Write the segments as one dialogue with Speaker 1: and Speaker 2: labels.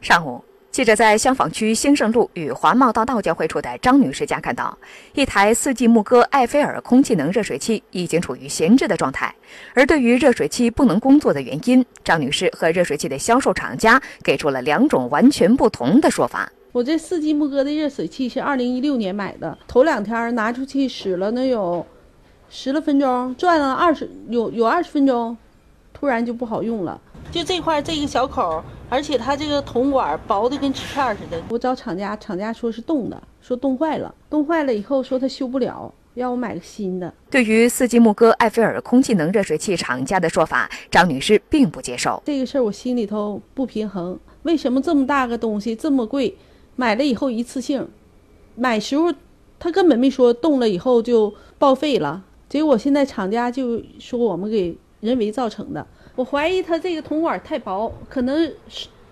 Speaker 1: 上午，记者在香坊区兴盛路与华贸道道交汇处的张女士家看到，一台四季牧歌艾菲尔空气能热水器已经处于闲置的状态。而对于热水器不能工作的原因，张女士和热水器的销售厂家给出了两种完全不同的说法。
Speaker 2: 我这四季牧歌的热水器是二零一六年买的，头两天拿出去使了能有十来分钟，转了二十有有二十分钟，突然就不好用了。就这块这个小口，而且它这个铜管薄的跟纸片似的。我找厂家，厂家说是冻的，说冻坏了，冻坏了以后说它修不了，让我买个新的。
Speaker 1: 对于四季牧歌艾菲尔空气能热水器厂家的说法，张女士并不接受。
Speaker 2: 这个事儿我心里头不平衡，为什么这么大个东西这么贵？买了以后一次性，买时候他根本没说冻了以后就报废了，结果现在厂家就说我们给人为造成的。我怀疑他这个铜管太薄，可能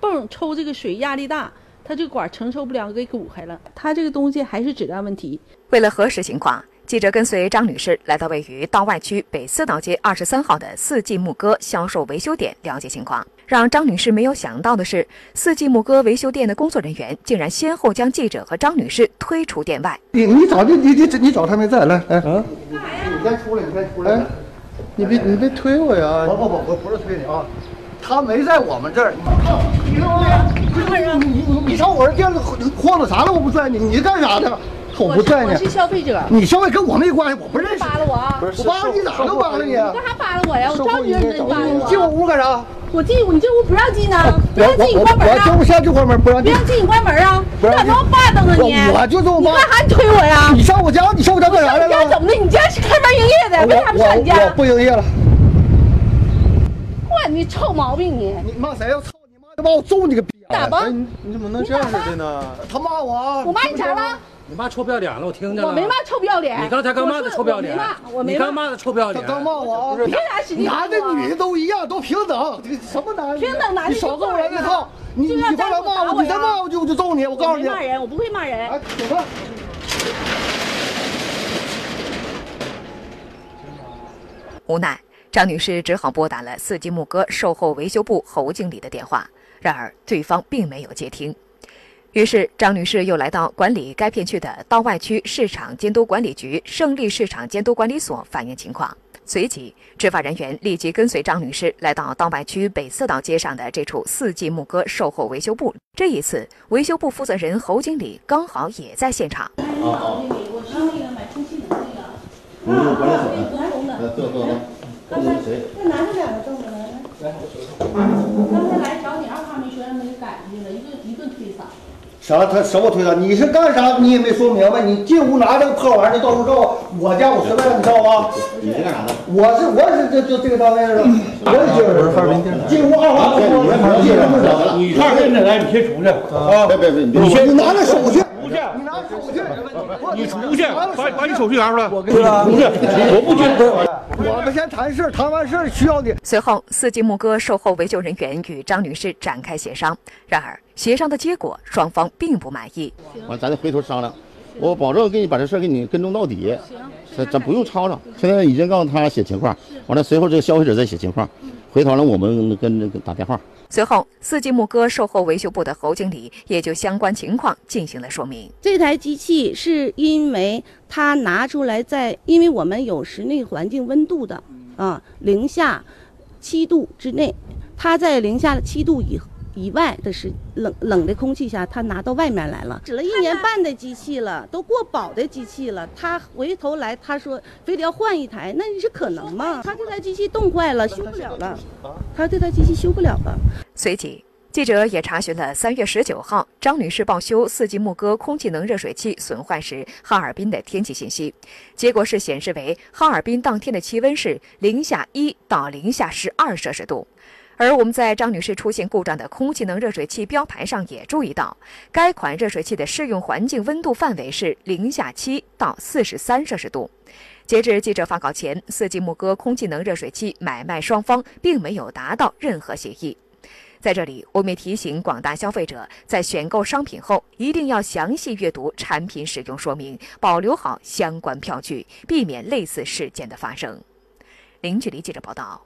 Speaker 2: 泵抽这个水压力大，他这管承受不了，给鼓开了。他这个东西还是质量问题。
Speaker 1: 为了核实情况。记者跟随张女士来到位于道外区北四道街二十三号的四季牧歌销售维修点了解情况。让张女士没有想到的是，四季牧歌维修店的工作人员竟然先后将记者和张女士推出店外。
Speaker 3: 你你咋的？你你你找他没在？来来，
Speaker 4: 嗯，
Speaker 3: 你先出来，你先出来。哎、你别你别推我呀！
Speaker 5: 不不不，我不是推你啊，他没在我们这儿。你你你你上我这店里晃荡啥了？我不在你，你干啥去了？
Speaker 2: 我
Speaker 5: 不在呢，
Speaker 2: 我是消费者。
Speaker 5: 你消费跟我没关系，我不认识。
Speaker 2: 扒拉我啊！
Speaker 5: 我扒拉你咋就扒拉
Speaker 2: 你？你干啥扒拉我呀？我招你惹你扒拉我？啊
Speaker 5: 你进我屋干啥？
Speaker 2: 我进你这屋不让进呢，不让进
Speaker 5: 你
Speaker 2: 关门啊！
Speaker 5: 啊我我下就关门，不让
Speaker 2: 不让进你关门啊！
Speaker 5: 不让
Speaker 2: 干嘛扒瞪啊你？
Speaker 5: 我就这么
Speaker 2: 你干啥推我呀？
Speaker 5: 你上我家，你上我家干啥来
Speaker 2: 了？你家怎么的？你家是开门营业的，为啥不上你家？
Speaker 5: 我不营业了。
Speaker 2: 哇，你臭毛病你！
Speaker 5: 你骂谁呀？操你妈！他把我揍哎你个逼！啊
Speaker 2: 打吧！
Speaker 3: 你怎么能这样式的呢？
Speaker 5: 他骂我啊！
Speaker 2: 我骂你啥了？
Speaker 4: 你骂臭不要脸了，我听见了。
Speaker 2: 我没骂臭不要脸。
Speaker 4: 你刚才刚骂的臭不要脸。
Speaker 2: 我没
Speaker 4: 骂，你刚骂的臭不要脸。
Speaker 5: 刚骂我，啊
Speaker 2: 别拿使劲啊
Speaker 5: 男的女的都一样，都平等。这个什么男的？
Speaker 2: 平等男的
Speaker 5: 你少跟我来这套。你
Speaker 2: 啊就
Speaker 5: 你
Speaker 2: 要
Speaker 5: 再来骂
Speaker 2: 打
Speaker 5: 我，
Speaker 2: 我
Speaker 5: 你再骂我就我就揍你！我告诉你。
Speaker 2: 没骂人，我不会骂人。
Speaker 5: 哎，走吧。
Speaker 1: 无奈，张女士只好拨打了四季牧歌售后维修部侯经理的电话，然而对方并没有接听。于是，张女士又来到管理该片区的道外区市场监督管理局胜利市场监督管理所反映情况。随即，执法人员立即跟随张女士来到道外区北四道街上的这处四季牧歌售后维修部。这一次，维修部负责人侯经理刚好也在现场。
Speaker 2: 啊啊！我是那个买空气的那个。
Speaker 6: 维修管理所的，呃，坐坐坐，这是谁？
Speaker 2: 那男的两个正着呢？刚才来找你二话没说，让他给赶出去了，一顿一顿推搡。
Speaker 5: 啥？他什么推的？你是干啥？你也没说明白。你进屋拿这个破玩意儿，你到处照。我家我随便让你照啊。
Speaker 6: 你是干啥的？
Speaker 5: 我是我是这这这个单位的，我也进
Speaker 3: 不是
Speaker 5: 屋。
Speaker 3: 哈尔滨电台。
Speaker 5: 进屋二话不说，你进屋就走了。
Speaker 7: 你看认真来，你先出去啊！
Speaker 6: 别别别，
Speaker 5: 你
Speaker 6: 你
Speaker 5: 你拿着手去，
Speaker 7: 出去，
Speaker 5: 你拿着手去。
Speaker 7: 你出去，把把你手续拿出来。我
Speaker 3: 对啊，
Speaker 7: 不是，我不接受。
Speaker 5: 我们先谈事儿，谈完事儿需要你。
Speaker 1: 随后，四季牧歌售后维修人员与张女士展开协商，然而协商的结果双方并不满意。
Speaker 6: 完咱再回头商量。我保证给你把这事儿给你跟踪到底，咱咱不用吵吵。现在已经告诉他写情况，完了随后这个消费者再写情况，回头了我们跟跟打电话。
Speaker 1: 随后，四季牧歌售后维修部的侯经理也就相关情况进行了说明。
Speaker 8: 这台机器是因为它拿出来在，因为我们有室内环境温度的，啊，零下七度之内，它在零下七度以以外的时冷冷的空气下，它拿到外面来了，使了一年半的机器了，都过保的机器了，他回头来他说非得要换一台，那你是可能吗？他这台机器冻坏了，修不了了，他这台机器修不了了。
Speaker 1: 随即，记者也查询了三月十九号张女士报修四季牧歌空气能热水器损坏时哈尔滨的天气信息，结果是显示为哈尔滨当天的气温是零下一到零下十二摄氏度。而我们在张女士出现故障的空气能热水器标牌上也注意到，该款热水器的适用环境温度范围是零下七到四十三摄氏度。截至记者发稿前，四季牧歌空气能热水器买卖双方并没有达到任何协议。在这里，我们也提醒广大消费者，在选购商品后，一定要详细阅读产品使用说明，保留好相关票据，避免类似事件的发生。零距离记者报道。